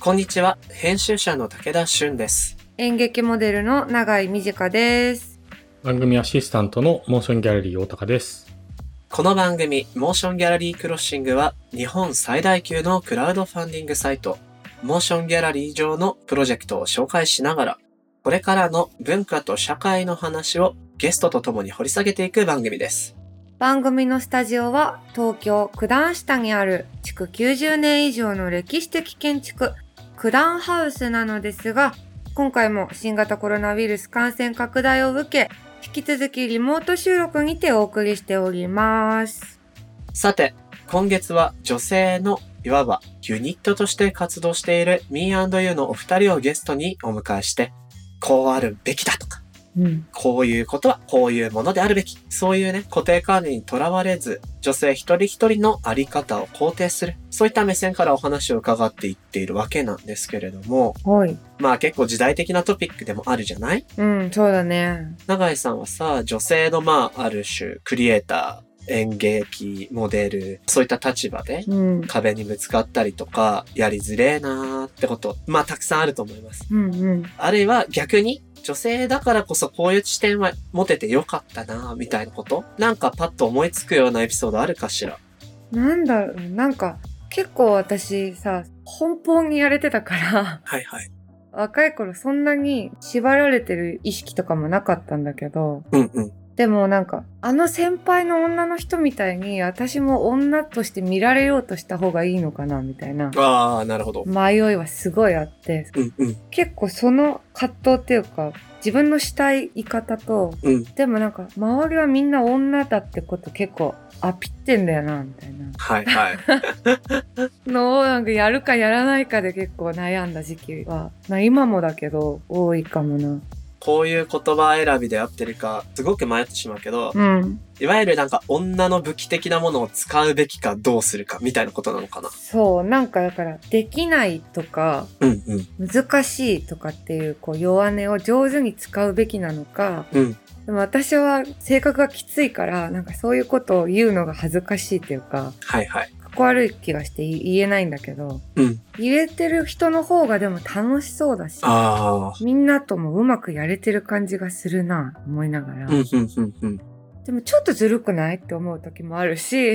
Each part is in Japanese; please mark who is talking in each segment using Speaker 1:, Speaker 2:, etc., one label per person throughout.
Speaker 1: こんにちは。編集者の武田俊です。
Speaker 2: 演劇モデルの永井美智香です。
Speaker 3: 番組アシスタントのモーションギャラリー大高です。
Speaker 1: この番組、モーションギャラリークロッシングは、日本最大級のクラウドファンディングサイト、モーションギャラリー上のプロジェクトを紹介しながら、これからの文化と社会の話をゲストと共に掘り下げていく番組です。
Speaker 2: 番組のスタジオは東京九段下にある築90年以上の歴史的建築九段ハウスなのですが、今回も新型コロナウイルス感染拡大を受け、引き続きリモート収録にてお送りしております。
Speaker 1: さて、今月は女性のいわばユニットとして活動している Me&You のお二人をゲストにお迎えして、こうあるべきだとか、
Speaker 2: うん。
Speaker 1: こういうことはこういうものであるべき。そういうね、固定観念にとらわれず、女性一人一人のあり方を肯定する。そういった目線からお話を伺っていっているわけなんですけれども、
Speaker 2: はい。
Speaker 1: まあ結構時代的なトピックでもあるじゃない
Speaker 2: うん、そうだね。
Speaker 1: 永井さんはさ、女性のまあある種、クリエイター、演劇、モデル、そういった立場で、
Speaker 2: うん。
Speaker 1: 壁にぶつかったりとか、やりづれえなーってこと、まあたくさんあると思います。
Speaker 2: うんうん。
Speaker 1: あるいは逆に、女性だからこそこういう視点は持ててよかったな、みたいなことなんかパッと思いつくようなエピソードあるかしら
Speaker 2: なんだろう、なんか結構私さ、奔放にやれてたから、
Speaker 1: はいはい。
Speaker 2: 若い頃そんなに縛られてる意識とかもなかったんだけど、
Speaker 1: うんうん。
Speaker 2: でもなんか、あの先輩の女の人みたいに私も女として見られようとした方がいいのかなみたいな
Speaker 1: ああ、なるほど。
Speaker 2: 迷いはすごいあって、
Speaker 1: うんうん。
Speaker 2: 結構その葛藤っていうか、自分のしたい言い方と、
Speaker 1: うん
Speaker 2: でもなんか周りはみんな女だってこと結構アピってんだよなみたいな
Speaker 1: はいはい。
Speaker 2: のをなんかやるかやらないかで結構悩んだ時期は、まあ今もだけど多いかもな。
Speaker 1: こういう言葉選びであってるか、すごく迷ってしまうけど、
Speaker 2: うん。
Speaker 1: いわゆるなんか女の武器的なものを使うべきかどうするかみたいなことなのかな。
Speaker 2: そう、なんかだから、できないとか、
Speaker 1: うんうん。
Speaker 2: 難しいとかっていう、こう、弱音を上手に使うべきなのか、
Speaker 1: うん
Speaker 2: でも私は性格がきついから、なんかそういうことを言うのが恥ずかしいっていうか、
Speaker 1: はいはい。
Speaker 2: かっこ悪い気がして言えないんだけど、
Speaker 1: うん。
Speaker 2: 言えてる人の方がでも楽しそうだし、
Speaker 1: ああ。
Speaker 2: みんなともうまくやれてる感じがするな、思いながら。
Speaker 1: うんうんうんうん。
Speaker 2: でもちょっとずるくないって思う時もある し、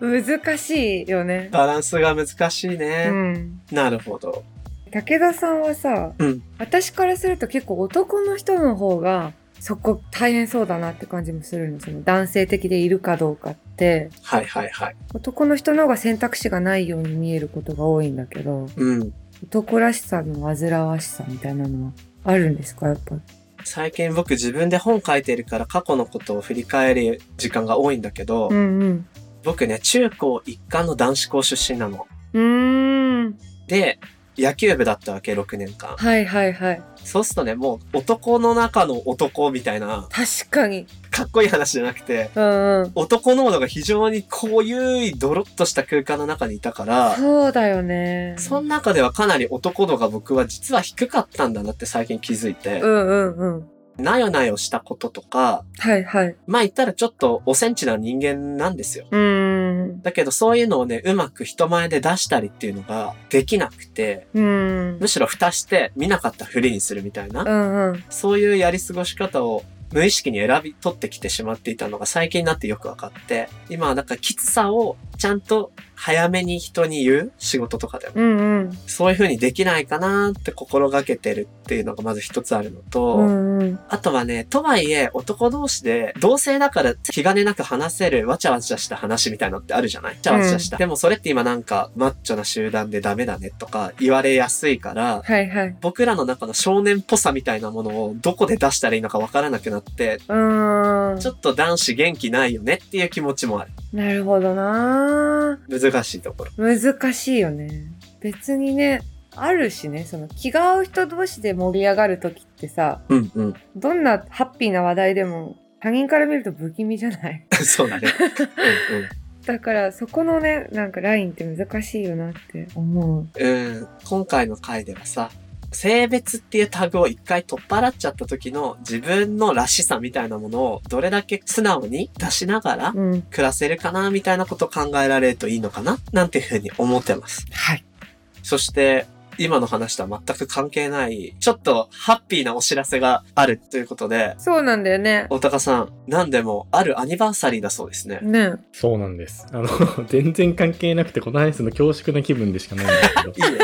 Speaker 2: 難しいよね。
Speaker 1: バランスが難しいうね。
Speaker 2: ん。
Speaker 1: なるほど。
Speaker 2: 武田さんはさ、
Speaker 1: うん
Speaker 2: 私からすると結構男の人の方がそこ大変そうだなって感じもするのその男性的でいるかどうかって
Speaker 1: はいはいはい。
Speaker 2: 男の人の方が選択肢がないように見えることが多いんだけど
Speaker 1: うん。
Speaker 2: 男らしさの煩わしさみたいなのはあるんですかやっぱ
Speaker 1: 最近僕自分で本書いてるから過去のことを振り返る時間が多いんだけど、
Speaker 2: うんうん
Speaker 1: 僕ね、中高一貫の男子校出身なの。
Speaker 2: うーん
Speaker 1: で、野球部だったわけ、6年間。
Speaker 2: はいはいはい
Speaker 1: そうするとね、もう男の中の男みたいな、
Speaker 2: 確かに
Speaker 1: かっこいい話じゃなくて、
Speaker 2: うんうん
Speaker 1: 男のものが非常に濃ゆいドロッとした空間の中にいたから、
Speaker 2: そうだよね
Speaker 1: その中ではかなり男度が僕は実は低かったんだなって最近気づいて
Speaker 2: う、んうんうん
Speaker 1: なよなよしたこととか、
Speaker 2: はいはい
Speaker 1: まあ言ったらちょっとおセンチな人間なんですよ。
Speaker 2: うーん
Speaker 1: だけどそういうのをね、うまく人前で出したりっていうのができなくて、
Speaker 2: うーん
Speaker 1: むしろ蓋して見なかったふりにするみたいな
Speaker 2: う、んうん
Speaker 1: そういうやり過ごし方を無意識に選び取ってきてしまっていたのが最近になってよく分かって、今はなんかきつさをちゃんと早めに人に言う仕事とかでも、
Speaker 2: うんうん
Speaker 1: そういう風にできないかなって心がけてるっていうのがまず一つあるのと、
Speaker 2: うんうん
Speaker 1: あとはね、とはいえ男同士で同性だから気兼ねなく話せるわちゃわちゃした話みたいのってあるじゃないわちゃわちゃした。でもそれって今なんかマッチョな集団でダメだねとか言われやすいから、
Speaker 2: はいはい。
Speaker 1: 僕らの中の少年っぽさみたいなものをどこで出したらいいのかわからなくなって、
Speaker 2: うーん。
Speaker 1: ちょっと男子元気ないよねっていう気持ちもある。
Speaker 2: なるほどな
Speaker 1: 難しいところ。
Speaker 2: 難しいよね。別にね、あるしね、その気が合う人同士で盛り上がるときってさ、
Speaker 1: うんうん。
Speaker 2: どんなハッピーな話題でも他人から見ると不気味じゃない
Speaker 1: そう だね。うんうん。
Speaker 2: だからそこのね、なんかラインって難しいよなって思う。
Speaker 1: うん、今回の回ではさ、性別っていうタグを一回取っ払っちゃった時の自分のらしさみたいなものをどれだけ素直に出しながら
Speaker 2: うん。
Speaker 1: 暮らせるかなみたいなことを考えられるといいのかななんていうふうに思ってます。
Speaker 2: はい。
Speaker 1: そして、今の話とは全く関係ない、ちょっとハッピーなお知らせがあるということで、
Speaker 2: そうなんだよね。
Speaker 1: 大高さん、何でもあるアニバーサリーだそうですね。
Speaker 2: ね
Speaker 3: そうなんです。あの、 全然関係なくて、この話すの恐縮な気分でしかないんですけど
Speaker 1: いいね。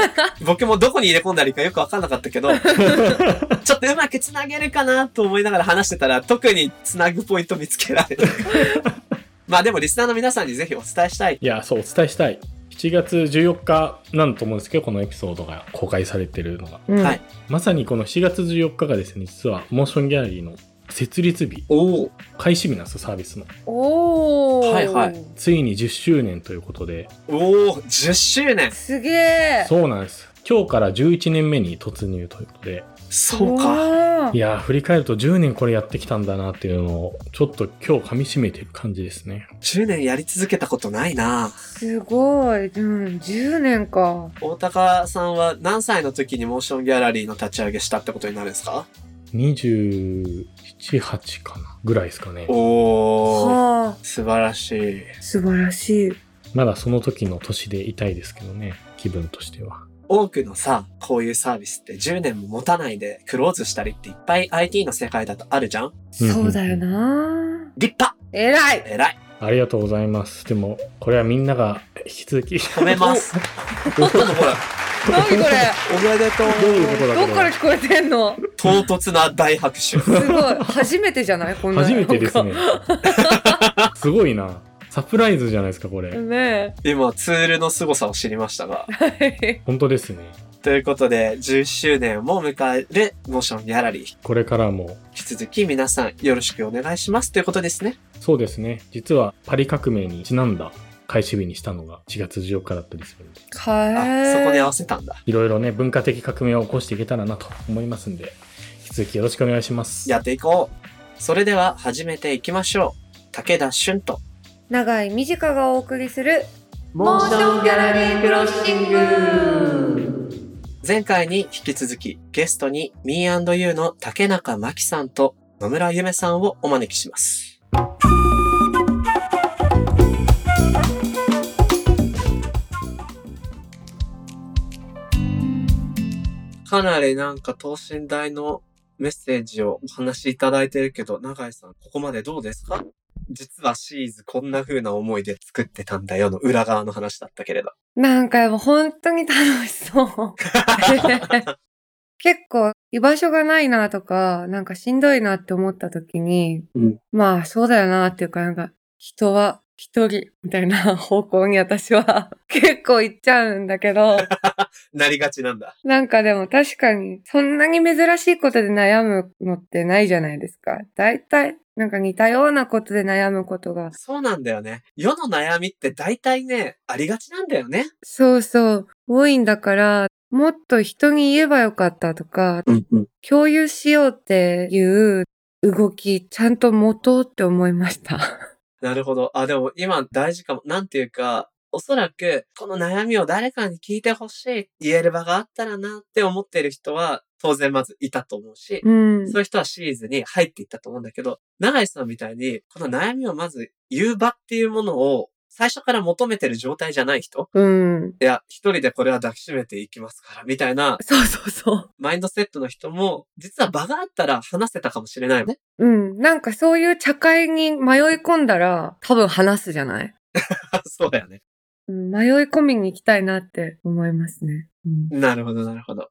Speaker 1: 僕もどこに入れ込んだらいいかよくわかんなかったけど、 ちょっとうまくつなげるかなと思いながら話してたら、特につなぐポイント見つけられた。 まあでもリスナーの皆さんにぜひお伝えしたい。
Speaker 3: いや、そう、お伝えしたい。7月14日なんと思うんですけど、このエピソードが公開されてるのが。
Speaker 2: うん。
Speaker 1: はい
Speaker 3: まさにこの7月14日がですね、実は、モーションギャラリーの設立日、
Speaker 1: おお。
Speaker 3: 開始日なんですよ、サービスの。
Speaker 2: おー。
Speaker 1: はいはい
Speaker 3: ついに10周年ということで、
Speaker 1: おお、10周年。
Speaker 2: すげえ。
Speaker 3: そうなんです。今日から11年目に突入ということで、
Speaker 1: そうか。
Speaker 2: わー
Speaker 3: いやー、振り返ると10年これやってきたんだなっていうのを、ちょっと今日噛み締めてる感じですね。
Speaker 1: 10年やり続けたことないな。
Speaker 2: すごい。うん、10年か。
Speaker 1: 大高さんは何歳の時にモーションギャラリーの立ち上げしたってことになるんですか
Speaker 3: 27、8かなぐらいですかね。
Speaker 1: おお。
Speaker 2: は
Speaker 1: 素晴らしい。
Speaker 2: あ、素晴らしい。
Speaker 3: まだその時の年でいたいですけどね、気分としては。
Speaker 1: 多くのさ、こういうサービスって10年も持たないでクローズしたりっていっぱい IT の世界だとあるじゃん
Speaker 3: うんうん
Speaker 2: そうだよな。
Speaker 1: 立派
Speaker 2: えらい。
Speaker 1: 偉い
Speaker 3: ありがとうございます。でも、これはみんなが引き続き。
Speaker 1: 褒めます。おっとほら、
Speaker 2: な にこれ。
Speaker 1: おめでとう。
Speaker 3: どういうことだ
Speaker 2: ど
Speaker 3: こ
Speaker 2: っから
Speaker 3: れ
Speaker 2: 聞こえてんの。
Speaker 1: 唐突な大拍手。
Speaker 2: すごい。 初めてじゃないこんなの
Speaker 3: 初めてです ね。すごいな。サプライズじゃないですか、これ。
Speaker 2: ね
Speaker 1: 今、ツールの凄さを知りました が。
Speaker 2: え。
Speaker 3: 本当ですね。
Speaker 1: ということで、10周年を迎えるモーションギャラリー。
Speaker 3: これからも
Speaker 1: 引き続き皆さんよろしくお願いしますということですね。
Speaker 3: そうですね。実はパリ革命にちなんだ開始日にしたのが4月14日だったりするんで、
Speaker 1: あ、
Speaker 2: は
Speaker 1: そこに合
Speaker 2: い。
Speaker 1: わせたんだ。
Speaker 3: いろいろね、文化的革命を起こしていけたらなと思いますんで、引き続きよろしくお願いします。
Speaker 1: やっていこう。それでは始めていきましょう。武田俊と。
Speaker 2: 長い短がお送りする
Speaker 1: モ
Speaker 2: ーションギャラリークロッシング
Speaker 1: 前回に引き続きゲストに Me&You の竹中真紀さんと野村ゆめさんをお招きします。かなりなんか等身大のメッセージをお話しいただいてるけど、永井さん、ここまでどうですか実はシーズこんな風な思いで作ってたんだよの裏側の話だったけれど。
Speaker 2: なんかもう本当に楽し そう。結構居場所がないなとか、なんかしんどいなって思った時に、
Speaker 1: うん
Speaker 2: まあそうだよなっていうか、なんか人は一人みたいな 方向に私は 結構行っちゃうんだ けど、
Speaker 1: なりがちなんだ。
Speaker 2: なんかでも確かにそんなに珍しいことで悩むのってないじゃないですか。だいたいなんか似たようなことで悩むことが
Speaker 1: そうなんだよね。世の悩みって大体ね、ありがちなんだよね。
Speaker 2: そうそう、多いんだから、もっと人に言えばよかったとか、
Speaker 1: うんうん。
Speaker 2: 共有しようっていう動き、ちゃんと持とうって思いました。
Speaker 1: なるほど。あ、でも今大事かも。なんていうか、おそらく、この悩みを誰かに聞いてほしい、言える場があったらなって思ってる人は、当然まずいたと思うし、
Speaker 2: うん。
Speaker 1: そういう人はシリーズに入っていったと思うんだけど、永井さんみたいに、この悩みをまず言う場っていうものを、最初から求めてる状態じゃない人
Speaker 2: うん。
Speaker 1: いや、一人でこれは抱きしめていきますから、みたいな、
Speaker 2: そうそうそう。
Speaker 1: マインドセットの人も、実は場があったら話せたかもしれないよね。
Speaker 2: うん。なんかそういう茶会に迷い込んだら、多分話すじゃない、
Speaker 1: そうだよね。
Speaker 2: うん、迷い込みに行きたいなって思いますね。うん。
Speaker 1: なるほど、なるほど。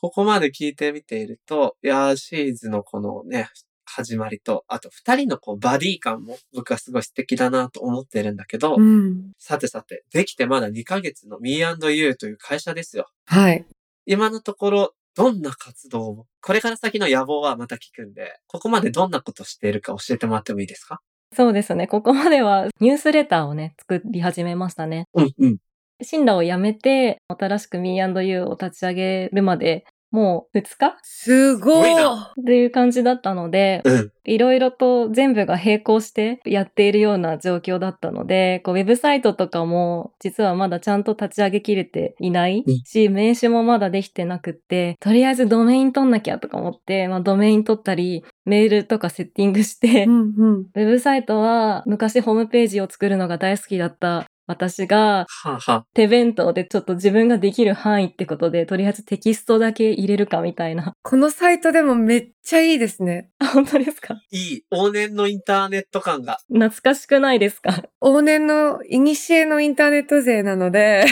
Speaker 1: ここまで聞いてみていると、いやー、シリーズのこのね、始まりと、あと二人のこうバディ感も僕はすごい素敵だなと思ってるんだけど、
Speaker 2: うん。
Speaker 1: さてさて、できてまだ2ヶ月の Me&You という会社ですよ。
Speaker 2: はい。
Speaker 1: 今のところ、どんな活動を、これから先の野望はまた聞くんで、ここまでどんなことしているか教えてもらってもいいですか
Speaker 4: そうですね。ここまではニュースレターをね、作り始めましたね。
Speaker 1: うんうん。
Speaker 4: 進路を辞めて、新しく Me&You を立ち上げるまで、もう2日っ
Speaker 2: すご
Speaker 1: すごい
Speaker 2: い
Speaker 1: な
Speaker 4: ていう感じだったので、
Speaker 1: うん。
Speaker 4: いろいろと全部が並行してやっているような状況だったので、こうウェブサイトとかも実はまだちゃんと立ち上げきれていない
Speaker 1: うん
Speaker 4: し、名刺もまだできてなくって、とりあえずドメイン取んなきゃとか思って、まあドメイン取ったり、メールとかセッティングして
Speaker 2: う、んうん。
Speaker 4: ウェブサイトは昔ホームページを作るのが大好きだった私が
Speaker 1: はあ、は
Speaker 4: 手弁当でちょっと自分ができる範囲ってことで、とりあえずテキストだけ入れるかみたいな。
Speaker 2: このサイトでもめっちゃいいですね。
Speaker 4: あ本当ですか
Speaker 1: いい。往年のインターネット感が。
Speaker 4: 懐かしくないですか
Speaker 2: 往年の古のインターネット勢なので、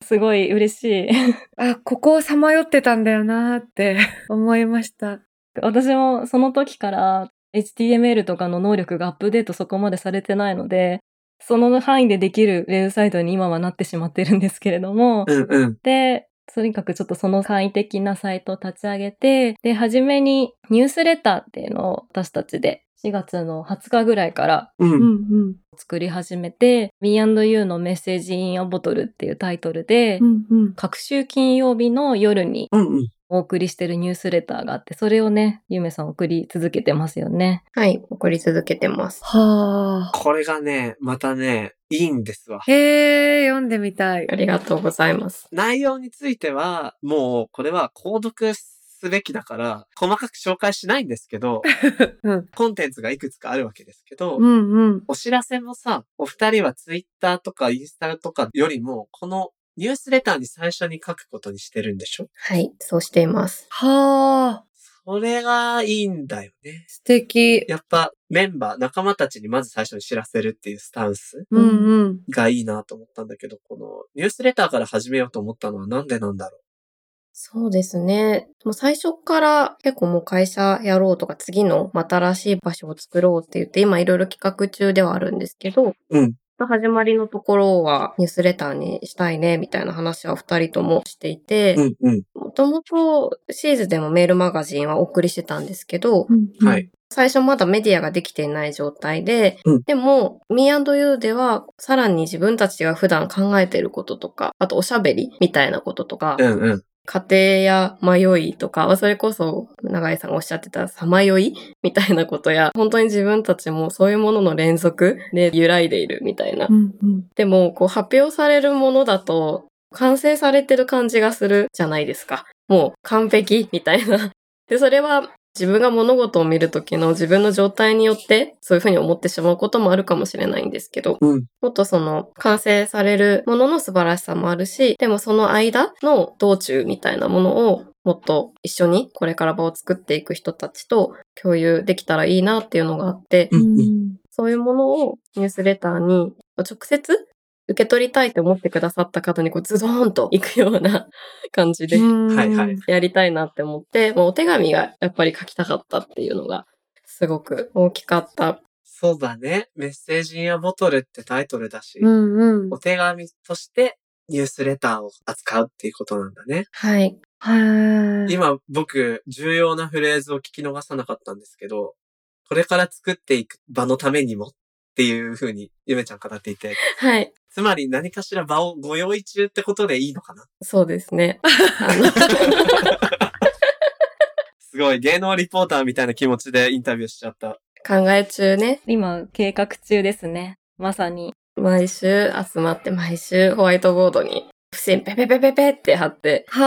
Speaker 4: すごい嬉しい。
Speaker 2: あ、ここをさまよってたんだよなーって思いました。
Speaker 4: 私もその時から HTML とかの能力がアップデートそこまでされてないので、その範囲でできるウェブサイトに今はなってしまってるんですけれども、
Speaker 1: うんうん。
Speaker 4: で、とにかくちょっとその簡易的なサイトを立ち上げて、で、初めにニュースレターっていうのを私たちで4月の20日ぐらいから
Speaker 1: う。
Speaker 2: うんん
Speaker 4: 作り始めて、B&U のメッセージインアボトルっていうタイトルで、
Speaker 2: んうん。
Speaker 4: 各週金曜日の夜に
Speaker 1: うんうん。
Speaker 4: お送りしてるニュースレターがあって、それをね、ゆめさん送り続けてますよね。
Speaker 5: はい、送り続けてます。
Speaker 2: はあ。
Speaker 1: これがね、またね、いいんですわ。
Speaker 2: へえ、読んでみたい。
Speaker 5: ありがとうございます。
Speaker 1: 内容については、もう、これは購読すべきだから、細かく紹介しないんですけ ど、
Speaker 2: うん
Speaker 1: コンテンツがいくつかあるわけですけど、
Speaker 2: うんうん。
Speaker 1: お知らせもさ、お二人はツイッターとかインスタとかよりも、このニュースレターに最初に書くことにしてるんでしょ
Speaker 5: はい、そうしています。
Speaker 2: はあ。
Speaker 1: それがいいんだよね。
Speaker 2: 素敵。
Speaker 1: やっぱメンバー、仲間たちにまず最初に知らせるっていうスタンス
Speaker 2: うんうん。
Speaker 1: がいいなと思ったんだけど、このニュースレターから始めようと思ったのはなんでなんだろ
Speaker 5: そうですね。もう最初から結構もう会社やろうとか次のまた新しい場所を作ろうって言って今いろいろ企画中ではあるんですけど、
Speaker 1: うん
Speaker 5: 始まりのところはニュースレターにしたいねみたいな話は二人ともしていて、
Speaker 1: う。うんうん。
Speaker 5: もともとシーズでもメールマガジンはお送りしてたんですけど、
Speaker 1: は。い。
Speaker 5: 最初まだメディアができていない状態で、
Speaker 1: うん
Speaker 5: でも Me&You ではさらに自分たちが普段考えていることとか、あとおしゃべりみたいなこととか、
Speaker 1: うんうん。
Speaker 5: 家庭や迷いとか、まあそれこそ永井さんがおっしゃってたさまよいみたいなことや、本当に自分たちもそういうものの連続で揺らいでいるみたいな。
Speaker 2: うんうん。
Speaker 5: でも、こう発表されるものだと、完成されてる感じがするじゃないですか。もう完璧みたいな。で、それは自分が物事を見るときの自分の状態によって、そういうふうに思ってしまうこともあるかもしれないんですけど、
Speaker 1: うん
Speaker 5: もっとその完成されるものの素晴らしさもあるし、でもその間の道中みたいなものをもっと一緒にこれから場を作っていく人たちと共有できたらいいなっていうのがあって、
Speaker 1: うんうん。
Speaker 5: そういうものをニュースレターに直接受け取りたいと思ってくださった方にこうズドーンと行くような 感じで
Speaker 1: はいはい。
Speaker 5: やりたいなって思って、もうお手紙がやっぱり書きたかったっていうのがすごく大きかった。
Speaker 1: そうだね。メッセージやボトルってタイトルだし、
Speaker 2: うんうん
Speaker 1: お。手紙としてニュースレターを扱うっていうことなんだね。
Speaker 5: はい。
Speaker 2: はい。
Speaker 1: 今僕、重要なフレーズを聞き逃さなかったんですけど、これから作っていく場のためにもっていうふうにゆめちゃん語っていて、
Speaker 5: はい。
Speaker 1: つまり何かしら場をご用意中ってことでいいのかな
Speaker 5: そうですね。あ の
Speaker 1: すごい、芸能リポーターみたいな気持ちでインタビューしちゃった。
Speaker 5: 考え中ね、
Speaker 4: 今、計画中ですね。まさに。
Speaker 5: 毎週集まって毎週ホワイトボードに付箋ペペペペペって貼って、
Speaker 2: は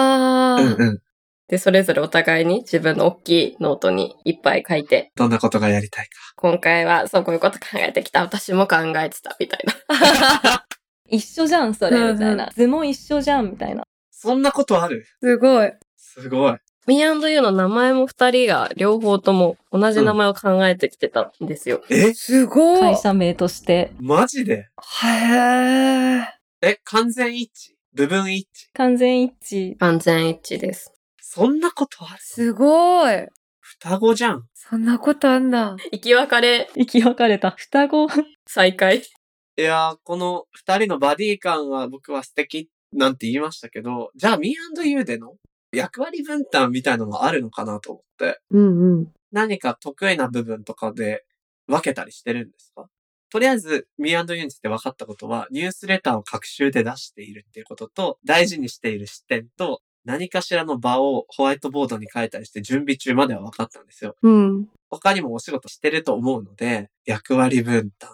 Speaker 2: あ。
Speaker 1: うん。
Speaker 5: で、それぞれお互いに自分の大きいノートにいっぱい書いて、
Speaker 1: どんなことがやりたいか。
Speaker 5: 今回はそうこういうこと考えてきた私も考えてたみたいな
Speaker 4: 一緒じゃん、そ
Speaker 2: うんう
Speaker 4: れ、
Speaker 2: ん
Speaker 4: みたいな。図も一緒じゃん、みたいな。
Speaker 1: そんなことある
Speaker 2: すごい。
Speaker 1: すごい。
Speaker 5: Me&You の名前も二人が両方とも同じ名前を考えてきてたんですよ、
Speaker 1: え
Speaker 2: すごい。
Speaker 4: 会社名として。
Speaker 1: マジで
Speaker 2: へえ。
Speaker 1: え、完全一致部分一致
Speaker 4: 完全一致。
Speaker 5: 完全一致です
Speaker 1: そんなことある
Speaker 2: すごい。
Speaker 1: 双子じゃん。
Speaker 2: そんなことあんだ。
Speaker 5: 生き別れ
Speaker 4: 生き別れた。双子。
Speaker 5: 再会
Speaker 1: いやー、この二人のバディ感は僕は素敵なんて言いましたけど、じゃあ Me&You での役割分担みたいのもあるのかなと思って、
Speaker 2: うんうん。
Speaker 1: 何か得意な部分とかで分けたりしてるんですかとりあえず Me&You について分かったことは、ニュースレターを各週で出しているっていうことと、大事にしている視点と、何かしらの場をホワイトボードに書いたりして準備中までは分かったんですよ。
Speaker 2: うん。
Speaker 1: 他にもお仕事してると思うので、役割分担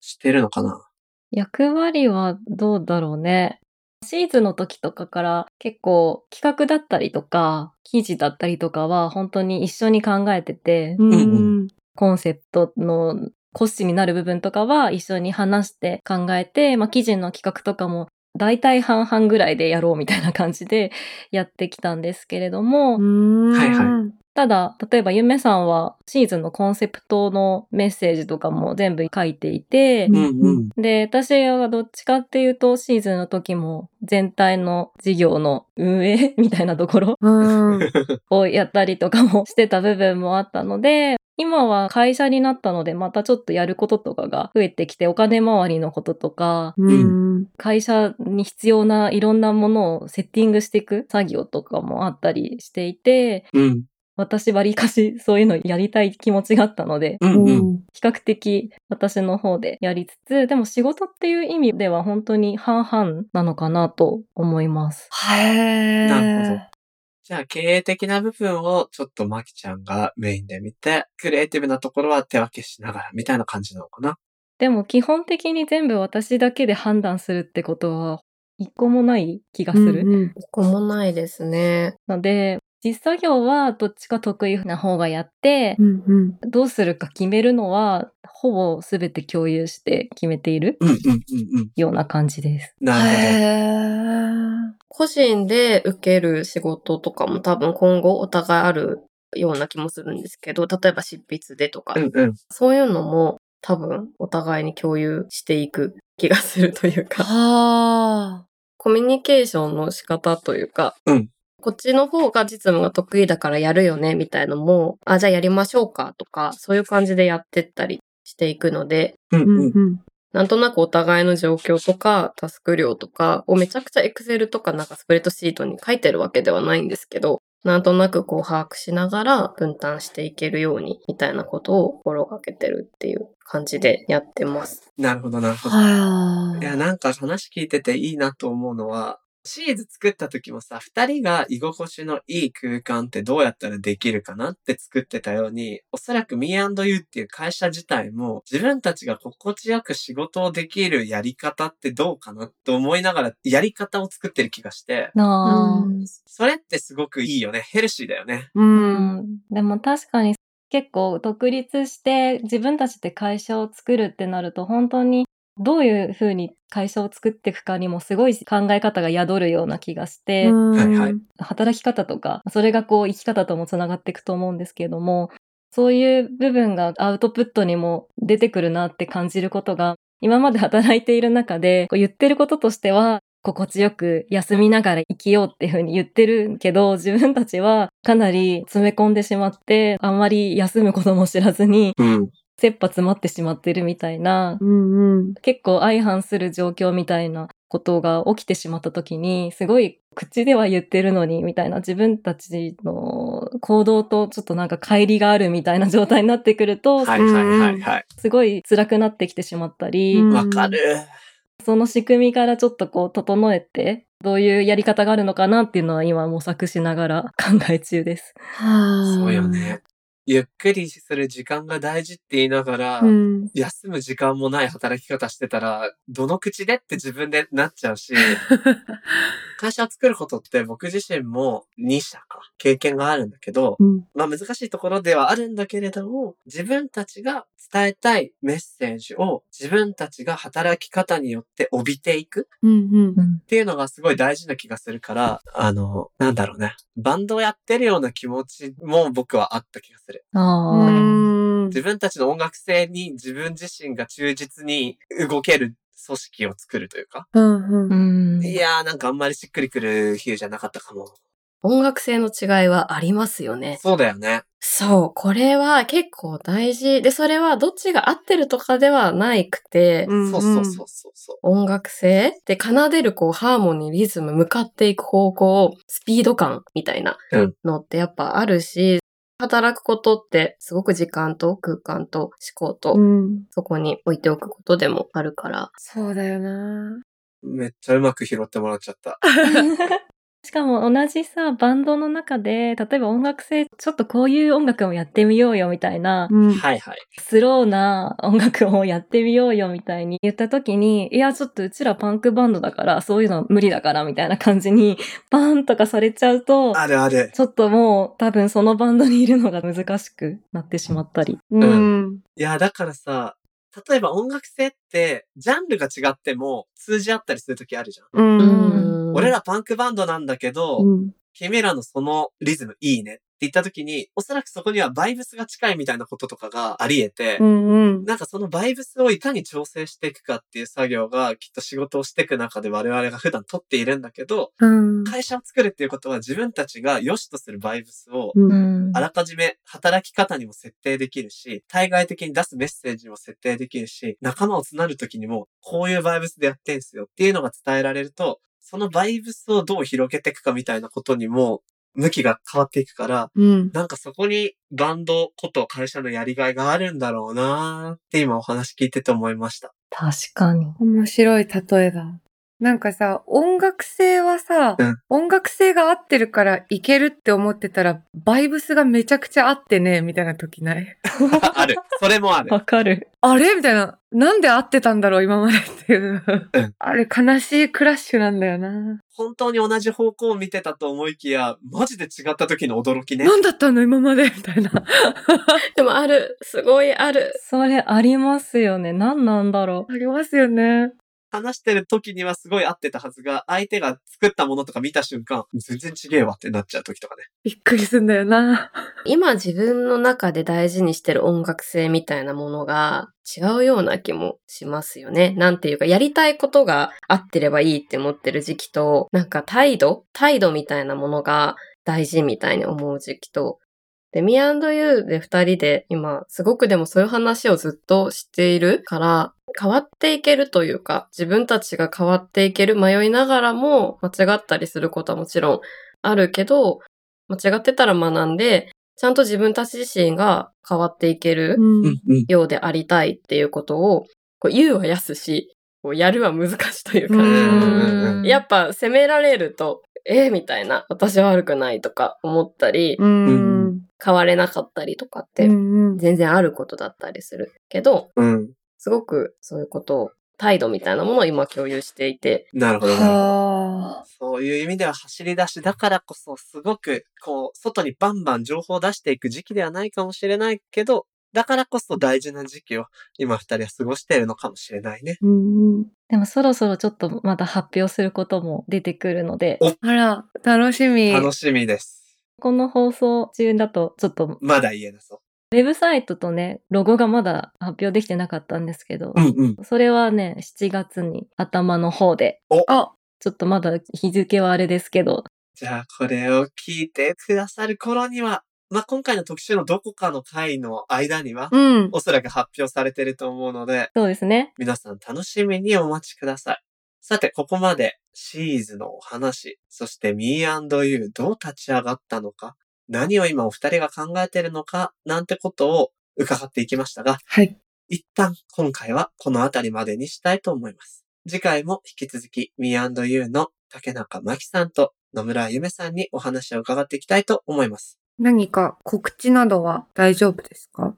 Speaker 1: してるのかな
Speaker 4: 役割はどうだろうね。シーズンの時とかから結構企画だったりとか、記事だったりとかは本当に一緒に考えてて、
Speaker 2: うん
Speaker 1: う
Speaker 2: うんん。
Speaker 4: コンセプトの骨子になる部分とかは一緒に話して考えて、まあ、記事の企画とかも大体半々ぐらいでやろうみたいな感じでやってきたんですけれども、
Speaker 1: はい
Speaker 2: は
Speaker 4: ただ、例えばゆめさんはシーズンのコンセプトのメッセージとかも全部書いていて、
Speaker 1: うんうん。
Speaker 4: で、私はどっちかっていうと、シーズンの時も全体の事業の運営みたいなところ
Speaker 2: うん。
Speaker 4: をやったりとかもしてた部分もあったので、今は会社になったので、またちょっとやることとかが増えてきて、お金回りのこととか、
Speaker 2: うん。
Speaker 4: 会社に必要ないろんなものをセッティングしていく作業とかもあったりしていて、
Speaker 1: うん
Speaker 4: 私わりかしそういうのやりたい気持ちがあったので、
Speaker 1: うんうん。
Speaker 4: 比較的私の方でやりつつ、でも仕事っていう意味では本当に半々なのかなと思います。
Speaker 2: へー。
Speaker 1: なるほどじゃあ経営的な部分をちょっとマキちゃんがメインで見て、クリエイティブなところは手分けしながらみたいな感じなのかな。
Speaker 4: でも基本的に全部私だけで判断するってことは一個もない気がする。
Speaker 2: うんうん
Speaker 5: ここもないですね。
Speaker 4: ので、実作業はどっちか得意な方がやって、
Speaker 2: うんうん
Speaker 4: どうするか決めるのはほぼ全て共有して決めている
Speaker 1: うんうんうんうん。
Speaker 4: ような感じです。
Speaker 1: なる
Speaker 2: へ
Speaker 5: 個人で受ける仕事とかも多分今後お互いあるような気もするんですけど、例えば執筆でとか
Speaker 1: ほ、ど。うんうん。
Speaker 5: そういうのも多分お互いに共有していく気がするという
Speaker 2: ー。
Speaker 5: か、
Speaker 2: は
Speaker 5: コミュニケーションの仕方というか、
Speaker 1: うん
Speaker 5: こっちの方が実務が得意だからやるよねみたいのも、あ、じゃあやりましょうかとか、そういう感じでやってったりしていくので、
Speaker 1: うん
Speaker 2: ー。うん
Speaker 1: うん。
Speaker 2: うん。
Speaker 5: なんとなくお互いの状況とか、タスク量とかをめちゃくちゃ Excel とかなんかスプレッドシートに書いてるわけではないんですけど、なんとなくこう把握しながら分担していけるようにみたいなことを心がけてるっていう感じでやってます。
Speaker 1: なるほどなるほど。
Speaker 2: はい
Speaker 1: や、なんか話聞いてていいなと思うのは、シリーズ作った時もさ、二人が居心地のいい空間ってどうやったらできるかなって作ってたように、おそらく Me&You っていう会社自体も、自分たちが心地よく仕事をできるやり方ってどうかなって思いながら、やり方を作ってる気がして、
Speaker 4: なあ、
Speaker 1: それってすごくいいよね。ヘルシーだよね。
Speaker 2: う。
Speaker 4: うんん、でも確かに結構独立して自分たちで会社を作るってなると本当にどういうふうに会社を作っていくかにもすごい考え方が宿るような気がして、
Speaker 1: はいはい
Speaker 4: 働き方とかそれがこう生き方ともつながっていくと思うんですけれどもそういう部分がアウトプットにも出てくるなって感じることが今まで働いている中でこう言ってることとしては心地よく休みながら生きようっていうふうに言ってるけど自分たちはかなり詰め込んでしまってあんまり休むことも知らずに
Speaker 1: うん。
Speaker 4: 切羽詰まってしまってるみたいな
Speaker 2: うんうん。
Speaker 4: 結構相反する状況みたいなことが起きてしまった時にすごい口では言ってるのにみたいな自分たちの行動とちょっとなんか乖離があるみたいな状態になってくると、
Speaker 1: はいはいはいはい。
Speaker 4: すごい辛くなってきてしまったり、
Speaker 2: うん
Speaker 1: わかる。
Speaker 4: その仕組みからちょっとこう整えてどういうやり方があるのかなっていうのは今模索しながら考え中です。
Speaker 2: は
Speaker 1: そうよ。ね。ゆっくりする時間が大事って言いながら、
Speaker 2: うん。
Speaker 1: 休む時間もない働き方してたら、どの口でって自分でなっちゃうし、会社を作ることって僕自身も2社か経験があるんだけど、
Speaker 2: うん
Speaker 1: まあ難しいところではあるんだけれども、自分たちが伝えたいメッセージを自分たちが働き方によって帯びていく
Speaker 2: うん
Speaker 1: っていうのがすごい大事な気がするから、あの、なんだろうね。バンドをやってるような気持ちも僕はあった気がする。
Speaker 2: う
Speaker 4: あー
Speaker 2: ん。
Speaker 1: 自分たちの音楽性に自分自身が忠実に動ける組織を作るというか。
Speaker 2: うん
Speaker 4: う
Speaker 2: うん。
Speaker 4: ん
Speaker 1: いやーなんかあんまりしっくりくる比喩じゃなかったかも。
Speaker 5: 音楽性の違いはありますよね。
Speaker 1: そうだよね。
Speaker 5: そう、これは結構大事。で、それはどっちが合ってるとかではないくて、
Speaker 2: うん
Speaker 1: そうそうそうそうそ
Speaker 5: 音楽性で奏でるこうハーモニー、リズム、向かっていく方向、スピード感みたいな
Speaker 1: うん
Speaker 5: のってやっぱあるし、働くことってすごく時間と空間と思考と、
Speaker 2: うん。
Speaker 5: そこに置いておくことでもあるから。
Speaker 2: そうだよな。
Speaker 1: う。めっちゃうまく拾ってもらっちゃった。
Speaker 4: しかも同じさバンドの中で例えば音楽性ちょっとこういう音楽もやってみようよみたいな、
Speaker 2: うん。
Speaker 1: はいはい。
Speaker 4: スローな音楽をやってみようよみたいに言った時にいやちょっとうちらパンクバンドだからそういうのは無理だからみたいな感じにバーンとかされちゃうと
Speaker 1: あるある。
Speaker 4: ちょっともう多分そのバンドにいるのが難しくなってしまったり。
Speaker 2: うん。
Speaker 1: いやーだからさ、例えば音楽性って、ジャンルが違っても通じ合ったりするときあるじゃん。
Speaker 2: うん。
Speaker 5: うん
Speaker 1: 俺らパンクバンドなんだけど、
Speaker 4: うん
Speaker 1: 君らのそのリズムいいねって言ったときに、おそらくそこにはバイブスが近いみたいなこととかがあり得て、
Speaker 2: うんうん。
Speaker 1: なんかそのバイブスをいかに調整していくかっていう作業がきっと仕事をしていく中で我々が普段取っているんだけど、
Speaker 2: うん。
Speaker 1: 会社を作るっていうことは自分たちが良しとするバイブスを
Speaker 4: う
Speaker 2: うん
Speaker 1: あらかじめ働き方にも設定できるし、対外的に出すメッセージにも設定できるし、仲間をつなるときにも、こういうバイブスでやってんすよっていうのが伝えられると、そのバイブスをどう広げていくかみたいなことにも、向きが変わっていくから、
Speaker 2: うん。
Speaker 1: なんかそこにバンドこと会社のやりがいがあるんだろうなーって今お話聞いてて思いま した。
Speaker 4: 確かに。
Speaker 2: 面白い例えだ。なんかさ、音楽性はさ、
Speaker 1: うん
Speaker 2: 音楽性が合ってるからいけるって思ってたら、バイブスがめちゃくちゃ合ってね、みたいな時ない
Speaker 1: ある。それもある。
Speaker 4: わかる。
Speaker 2: あれみたいな。なんで合ってたんだろう、今までっていう。
Speaker 1: うん
Speaker 2: あれ、悲しいクラッシュなんだよな。
Speaker 1: 本当に同じ方向を見てたと思いきや、マジで違った時の驚きね。
Speaker 2: なんだったの、今までみたいな。
Speaker 5: でもある。すごいある。
Speaker 4: それありますよね。何なんだろ
Speaker 2: ありますよね。
Speaker 1: 話してる時にはすごい合ってたはずが、相手が作ったものとか見た瞬間、全然違えわってなっちゃう時とかね。
Speaker 2: びっくりすんだよな。
Speaker 5: 今自分の中で大事にしてる音楽性みたいなものが違うような気もしますよね。なんていうか、やりたいことが合ってればいいって思ってる時期と、なんか態度態度みたいなものが大事みたいに思う時期と、で、me and you で二人で今、すごくでもそういう話をずっとしているから、変わっていけるというか、自分たちが変わっていける迷いながらも、間違ったりすることはもちろんあるけど、間違ってたら学んで、ちゃんと自分たち自身が変わっていける
Speaker 2: うん。
Speaker 1: うん。
Speaker 5: ようでありたいっていうことを、こう言うは安し、こうやるは難しというか、
Speaker 1: ん
Speaker 5: やっぱ責められると、えー、みたいな、私は悪くないとか思ったり、
Speaker 2: うん。
Speaker 1: うん
Speaker 5: 変われなかったりとかっ
Speaker 2: う
Speaker 5: て、
Speaker 2: ん。
Speaker 5: 全然あることだったりするけど、
Speaker 1: うん。
Speaker 5: すごくそういうことを、態度みたいなものを今共有していて、
Speaker 1: なるほど、なるほど。
Speaker 2: はあ。
Speaker 1: そういう意味では走り出しだからこそ、すごく、こう、外にバンバン情報を出していく時期ではないかもしれないけど、だからこそ大事な時期を今二人は過ごしているのかもしれないね。
Speaker 2: うん。
Speaker 4: う。でもそろそろちょっとまた発表することも出てくるので、
Speaker 2: あら、楽しみ。
Speaker 1: 楽しみです。
Speaker 4: この放送中だとちょっと
Speaker 1: まだ言えなそ
Speaker 4: ウェブサイトとね、ロゴがまだ発表できてなかったんですけど
Speaker 1: う。、んうん。
Speaker 4: それはね、7月に頭の方で、
Speaker 2: あ、
Speaker 4: ちょっとまだ日付はあれですけど、
Speaker 1: じゃあ、これを聞いてくださる頃には、まあ、今回の特集のどこかの回の間には、
Speaker 2: うん。
Speaker 1: おそらく発表されてると思うので、
Speaker 4: そうですね。
Speaker 1: 皆さん楽しみにお待ちください。さて、ここまでシーズのお話、そして Me&You どう立ち上がったのか、何を今お二人が考えてるのか、なんてことを伺っていきましたが、
Speaker 2: はい。
Speaker 1: 一旦今回はこの辺りまでにしたいと思います。次回も引き続き Me&You の竹中真紀さんと野村ゆめさんにお話を伺っていきたいと思います。
Speaker 2: 何か告知などは大丈夫ですか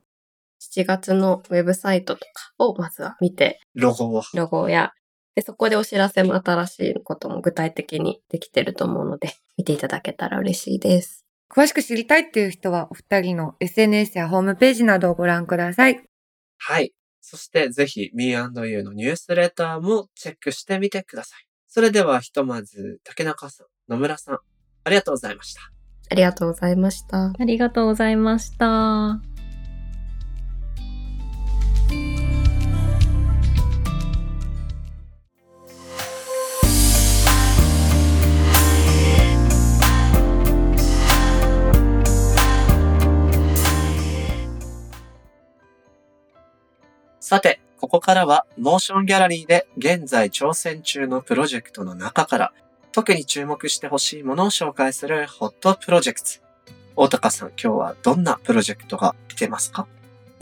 Speaker 5: 7月のウェブサイトとかをまずは見て
Speaker 1: ロゴを。
Speaker 5: ロゴや、で、そこでお知らせも新しいことも具体的にできてると思うので、見ていただけたら嬉しいです。
Speaker 2: 詳しく知りたいっていう人は、お二人の SNS やホームページなどをご覧ください。
Speaker 1: はい。そしてぜひ Me&You のニュースレターもチェックしてみてください。それではひとまず竹中さん、野村さん、ありがとうございました。
Speaker 5: ありがとうございました。
Speaker 4: ありがとうございました。
Speaker 1: さて、ここからはモーションギャラリーで現在挑戦中のプロジェクトの中から特に注目してほしいものを紹介するホットプロジェクト。大高さん、今日はどんなプロジェクトが来てますか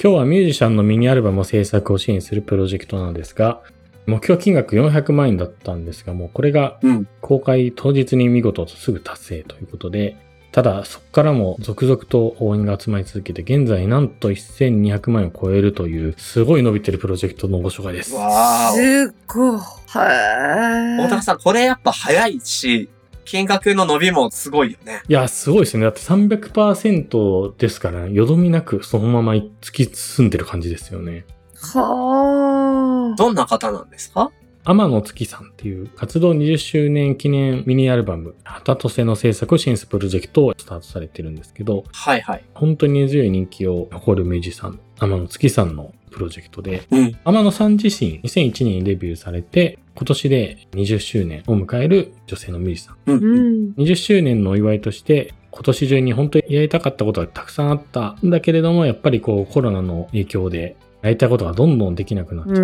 Speaker 3: 今日はミュージシャンのミニアルバム制作を支援するプロジェクトなんですが、目標金額400万円だったんですが、もうこれが
Speaker 1: うん
Speaker 3: 公開当日に見事すぐ達成ということで、ただそこからも続々と応援が集まり続けて、現在なんと1200万円を超えるという、すごい伸びてるプロジェクトのご紹介です。
Speaker 1: わー
Speaker 2: すっご
Speaker 1: お
Speaker 2: い。
Speaker 1: 大高
Speaker 2: は
Speaker 1: さん、これやっぱ早いし、金額の伸びもすごいよね。
Speaker 3: いや、すごいですね。だって300%ですから、よどみなくそのまま突き進んでる感じですよね。
Speaker 2: い。はあ。
Speaker 1: どんな方なんですか
Speaker 3: 天野月さんっていう活動20周年記念ミニアルバム、旗とせの制作シンスプロジェクトをスタートされてるんですけど、
Speaker 1: はいはい。
Speaker 3: 本当に根強い人気を誇るミュージシャン、天野月さんのプロジェクトで、
Speaker 1: うん。
Speaker 3: 天野さん自身2001年にデビューされて、今年で20周年を迎える女性のミュージシャン。
Speaker 1: うん。
Speaker 2: う
Speaker 1: うん。
Speaker 2: ん。
Speaker 3: 20周年のお祝いとして、今年中に本当にやりたかったことがたくさんあったんだけれども、やっぱりこうコロナの影響で、やりたいことがどんどんできなくなっちゃう。
Speaker 2: う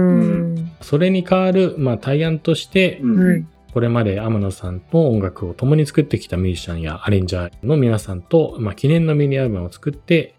Speaker 2: ん。
Speaker 3: それに代わる、まあ、対案として、
Speaker 1: うん
Speaker 2: はい。
Speaker 3: これまで天野さんと音楽を共に作ってきたミュージシャンやアレンジャーの皆さんと、まあ、記念のミニアルバムを作って、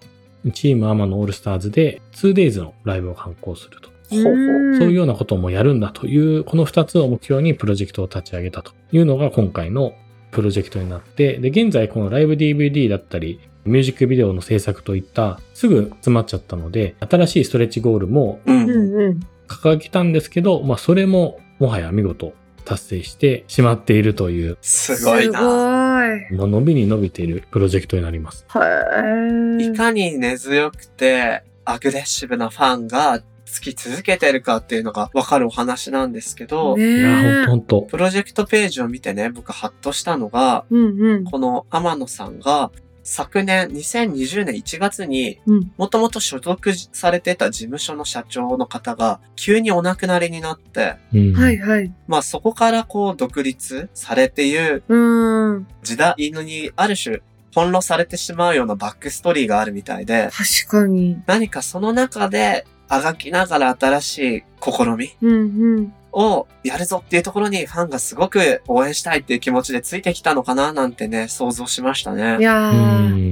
Speaker 3: チーム天野オールスターズで 2days のライブを刊行すると。
Speaker 1: ほうほう。
Speaker 3: そういうようなこともやるんだという、この2つを目標にプロジェクトを立ち上げたというのが今回のプロジェクトになって、で、現在このライブ DVD だったり、ミュージックビデオの制作といった、すぐ詰まっちゃったので、新しいストレッチゴールも
Speaker 1: うん。う
Speaker 2: う
Speaker 1: ん
Speaker 2: んうん。
Speaker 3: 掲げたんですけど、まあそれももはや見事達成してしまっているという、
Speaker 1: すごい
Speaker 2: すご
Speaker 1: な。
Speaker 2: い。
Speaker 3: もう伸びに伸びているプロジェクトになります。
Speaker 2: へえ。
Speaker 1: いかに根強くてアグレッシブなファンがつき続けてるかっていうのがわかるお話なんですけど、
Speaker 2: ねえ
Speaker 3: いやー、ほんとほんと。
Speaker 1: プロジェクトページを見てね、僕ハッとしたのが、
Speaker 2: うんうん。
Speaker 1: この天野さんが昨年2020年1月に
Speaker 2: うん、
Speaker 1: もともと所属されてた事務所の社長の方が急にお亡くなりになって、
Speaker 3: うん。
Speaker 2: はいはい。
Speaker 1: まあそこからこう独立されていう
Speaker 2: うーん。
Speaker 1: 時代にある種翻弄されてしまうようなバックストーリーがあるみたいで、
Speaker 2: 確かに。
Speaker 1: 何かその中であがきながら新しい試み
Speaker 2: うんうん。
Speaker 1: をやるぞっていうところにファンがすごく応援したいっていう気持ちでついてきたのかななんてね、想像しました
Speaker 2: い
Speaker 1: ね。
Speaker 2: や
Speaker 3: う
Speaker 2: ー、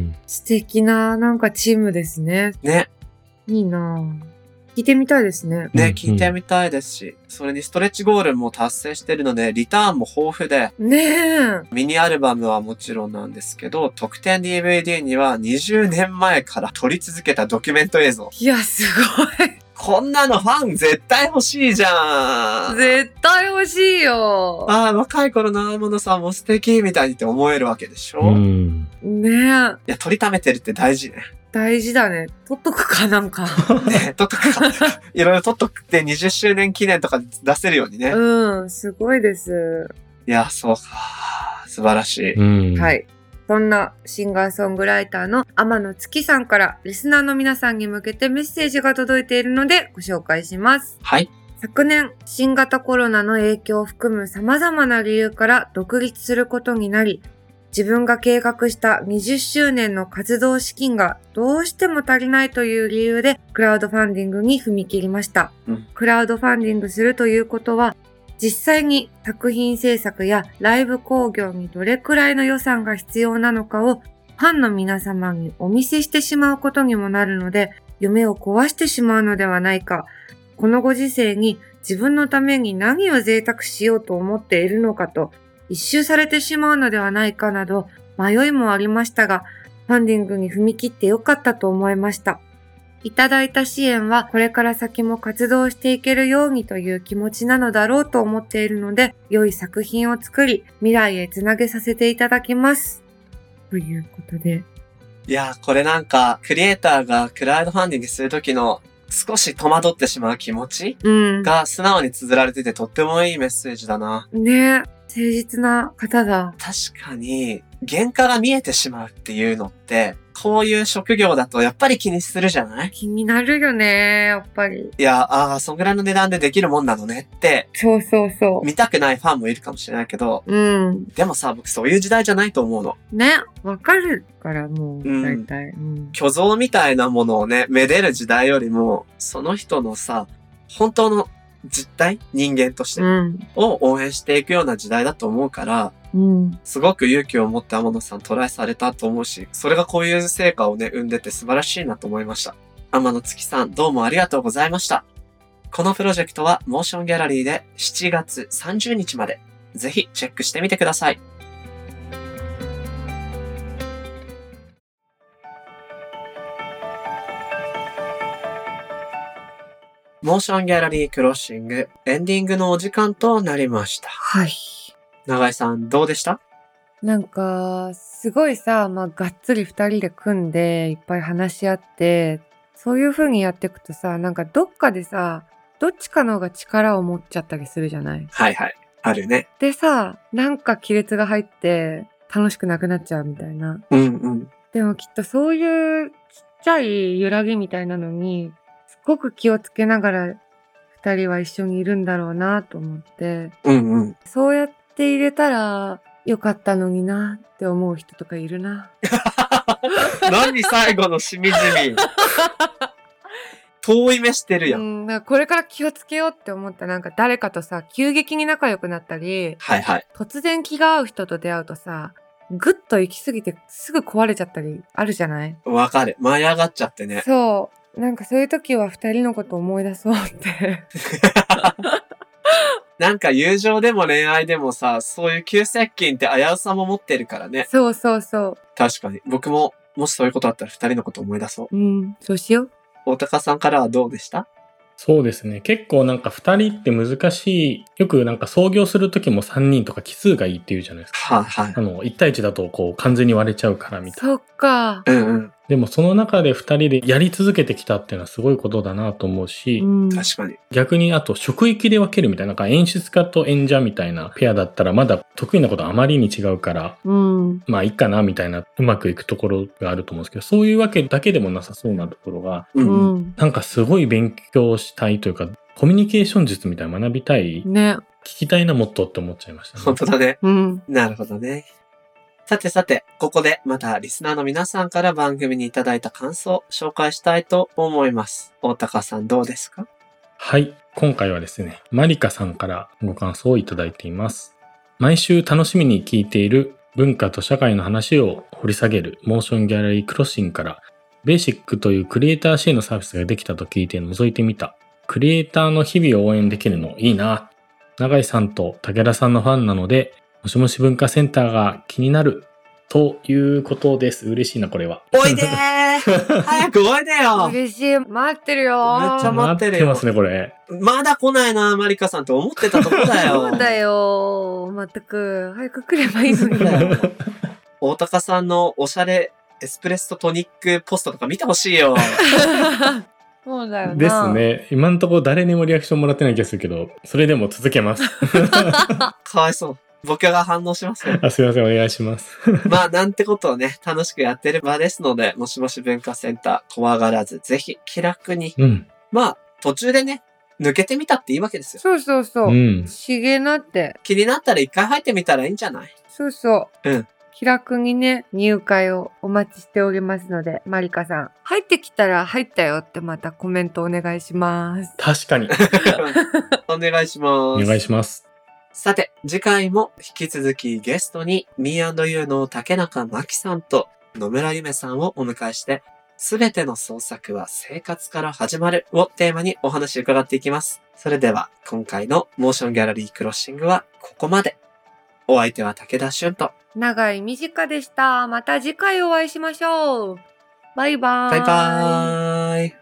Speaker 3: ん。
Speaker 2: 素敵な、なんかチームですね。
Speaker 1: ね、
Speaker 2: いいなぁ聞いてみたいですね。
Speaker 3: うんうん
Speaker 1: ね、聞いてみたいですし、それにストレッチゴールも達成してるので、リターンも豊富で、
Speaker 2: ねえ。
Speaker 1: ミニアルバムはもちろんなんですけど、特典 DVD には20年前から撮り続けたドキュメント映像。
Speaker 2: いや、す
Speaker 1: こんなのファン絶対欲しいじゃ
Speaker 2: ごい。
Speaker 1: ん
Speaker 2: 絶対欲しいよ。
Speaker 1: ああ、若い頃の天野さんも素敵みたいにって思えるわけでしょ、
Speaker 3: うん。
Speaker 2: ねえ。
Speaker 1: いや、取りためてるって大事ね。
Speaker 2: 大事だね。取っとくかなんか。
Speaker 1: ね、取っとくか。いろいろ取っとくって20周年記念とか出せるようにね。
Speaker 2: うん、すごいです。
Speaker 1: いや、そうか。素晴らしい。
Speaker 3: うん。。
Speaker 2: はいい。そんなシンガーソングライターの天野月さんからリスナーの皆さんに向けてメッセージが届いているのでご紹介します。
Speaker 1: はい。
Speaker 2: 昨年、新型コロナの影響を含む様々な理由から独立することになり、自分が計画した20周年の活動資金がどうしても足りないという理由でクラウドファンディングに踏み切りました。
Speaker 1: うん
Speaker 2: クラウドファンディングするということは、実際に作品制作やライブ興行にどれくらいの予算が必要なのかをファンの皆様にお見せしてしまうことにもなるので、夢を壊してしまうのではないか。このご時世に自分のために何を贅沢しようと思っているのかと、一周されてしまうのではないかなど、迷いもありましたが、ファンディングに踏み切ってよかったと思いました。いただいた支援はこれから先も活動していけるようにという気持ちなのだろうと思っているので、良い作品を作り、未来へつなげさせていただきます。ということで。
Speaker 1: いや、これなんか、クリエイターがクラウドファンディングするときの少し戸惑ってしまう気持ち
Speaker 2: うん。
Speaker 1: が素直に綴られててとってもいいメッセージだな。
Speaker 2: ね誠実な方だ。
Speaker 1: 確かに、原価が見えてしまうっていうのって、こういう職業だとやっぱり気にするじゃない
Speaker 2: 気になるよね、やっぱり。
Speaker 1: いや、ああ、そんぐらいの値段でできるもんなのねって、
Speaker 2: そうそうそ
Speaker 1: 見たくないファンもいるかもしれないけど、
Speaker 2: う。うん。
Speaker 1: でもさ、僕そういう時代じゃないと思うの。
Speaker 2: ね、わかるからもう、
Speaker 1: うん
Speaker 2: 大体。うん。
Speaker 1: 虚像みたいなものをね、めでる時代よりも、その人のさ、本当の実体、人間として
Speaker 2: うん。
Speaker 1: を応援していくような時代だと思うから、
Speaker 2: うん。
Speaker 1: すごく勇気を持って天野さんトライされたと思うし、それがこういう成果をね、生んでて素晴らしいなと思いました。天野月さん、どうもありがとうございました。このプロジェクトはモーションギャラリーで7月30日まで、ぜひチェックしてみてください。モーションギャラリークロッシングエンディングのお時間となりました。
Speaker 2: はい。
Speaker 1: 永井さん、どうでした
Speaker 2: なんか、すごいさ、まあ、がっつり二人で組んで、いっぱい話し合って、そういう風にやっていくとさ、なんかどっかでさ、どっちかの方が力を持っちゃったりするじゃない
Speaker 1: はいはい。あるね。
Speaker 2: でさ、なんか亀裂が入って楽しくなくなっちゃうみたいな。
Speaker 1: うんうん。
Speaker 2: でもきっとそういうちっちゃい揺らぎみたいなのに、すごく気をつけながら二人は一緒にいるんだろうなと思って、
Speaker 1: うんうん。
Speaker 2: そうやって入れたらよかったのになって思う人とかいるな。
Speaker 1: 何最後のしみじ み。遠い目してる
Speaker 2: う
Speaker 1: やん。
Speaker 2: ん、だからこれから気をつけようって思ったなんか誰かとさ、急激に仲良くなったり、
Speaker 1: はいはい。
Speaker 2: 突然気が合う人と出会うとさ、ぐっと行き過ぎてすぐ壊れちゃったりあるじゃない
Speaker 1: わかる。舞い上がっちゃってね。
Speaker 2: そう。なんかそういう時は二人のこと思い出そ うって。
Speaker 1: なんか友情でも恋愛でもさ、そういう急接近って危うさも持ってるからね。
Speaker 2: そうそうそ
Speaker 1: 確かに。僕も、もしそういうことあったら二人のこと思い出そう。
Speaker 2: う。うん。そうしよう。
Speaker 1: 大高さんからはどうでした
Speaker 3: そうですね。結構なんか二人って難しい。よくなんか創業する時も三人とか奇数がいいって言うじゃないですか。
Speaker 1: はいはい。
Speaker 3: あの、一対一だとこう完全に割れちゃうからみたいな。
Speaker 2: そっか。
Speaker 1: うんうん。
Speaker 3: でもその中で二人でやり続けてきたっていうのはすごいことだなと思うし、
Speaker 2: うん。
Speaker 1: 確かに。
Speaker 3: 逆にあと職域で分けるみたいな、なんか演出家と演者みたいなペアだったらまだ得意なことあまりに違うから、
Speaker 2: うん。
Speaker 3: まあいいかなみたいな、うまくいくところがあると思うんですけど、そういうわけだけでもなさそうなところが、
Speaker 1: う
Speaker 2: うん
Speaker 1: うん。
Speaker 2: ん。
Speaker 3: なんかすごい勉強したいというか、コミュニケーション術みたいなの学びたい、聞
Speaker 2: ね。
Speaker 3: きたいなもっとって思っちゃいました、ね。
Speaker 1: 本当だね。
Speaker 2: うん。
Speaker 1: なるほどね。さてさて、ここでまたリスナーの皆さんから番組にいただいた感想を紹介したいと思います。大高さんどうですか
Speaker 3: はい。今回はですね、マリカさんからご感想をいただいています。毎週楽しみに聞いている文化と社会の話を掘り下げるモーションギャラリークロッシンから、ベーシックというクリエイター支援のサービスができたと聞いて覗いてみた。クリエイターの日々を応援できるのいいな。永井さんと武田さんのファンなので、もしもし文化センターが気になる。ということです。嬉しいな、これ は。
Speaker 1: おいでー早くおいでよめっ
Speaker 2: 嬉しい。待ってるよ。
Speaker 1: めっちゃ待ってる
Speaker 3: 待
Speaker 1: よ
Speaker 3: ますね、これ。
Speaker 1: まだ来ないな、マリカさんって思ってたとこだよ。
Speaker 2: そうだよ。まったく。早く来ればいいのに
Speaker 1: そう。だよ大高さんのおしゃれエスプレッソトニックポストとか見てほしいよ。
Speaker 2: そうだよな。
Speaker 3: です。ね。今んとこ誰にもリアクションもらってない気がするけど、それでも続 けます。
Speaker 1: かわいそう。僕が反応しますよ。
Speaker 3: あすいません、お願いします。
Speaker 1: まあ、なんてことをね、楽しくやってる場ですので、もしもし文化センター、怖がらず、ぜひ気楽に。
Speaker 3: うん。
Speaker 1: まあ、途中でね、抜けてみたっていいわけですよ。
Speaker 2: そうそうそうう。
Speaker 3: ん。
Speaker 2: しげなって。
Speaker 1: 気になったら一回入ってみたらいいんじゃない
Speaker 2: そうそう。
Speaker 1: うん
Speaker 2: 気楽にね、入会をお待ちしておりますので、マリカさん。入ってきたら入ったよってまたコメントお願いします。
Speaker 3: 確かに。
Speaker 1: お願いし
Speaker 3: お
Speaker 1: ます。
Speaker 3: 願いします。
Speaker 1: さて、次回も引き続きゲストに、Me&You の竹中真紀さんと野村ゆめさんをお迎えして、すべての創作は生活から始まるをテーマにお話伺っていきます。それでは、今回のモーションギャラリークロッシングはここまで。お相手は武田俊と、
Speaker 2: 長い短でした。また次回お会いしましょう。バイバー
Speaker 1: バイバーイ。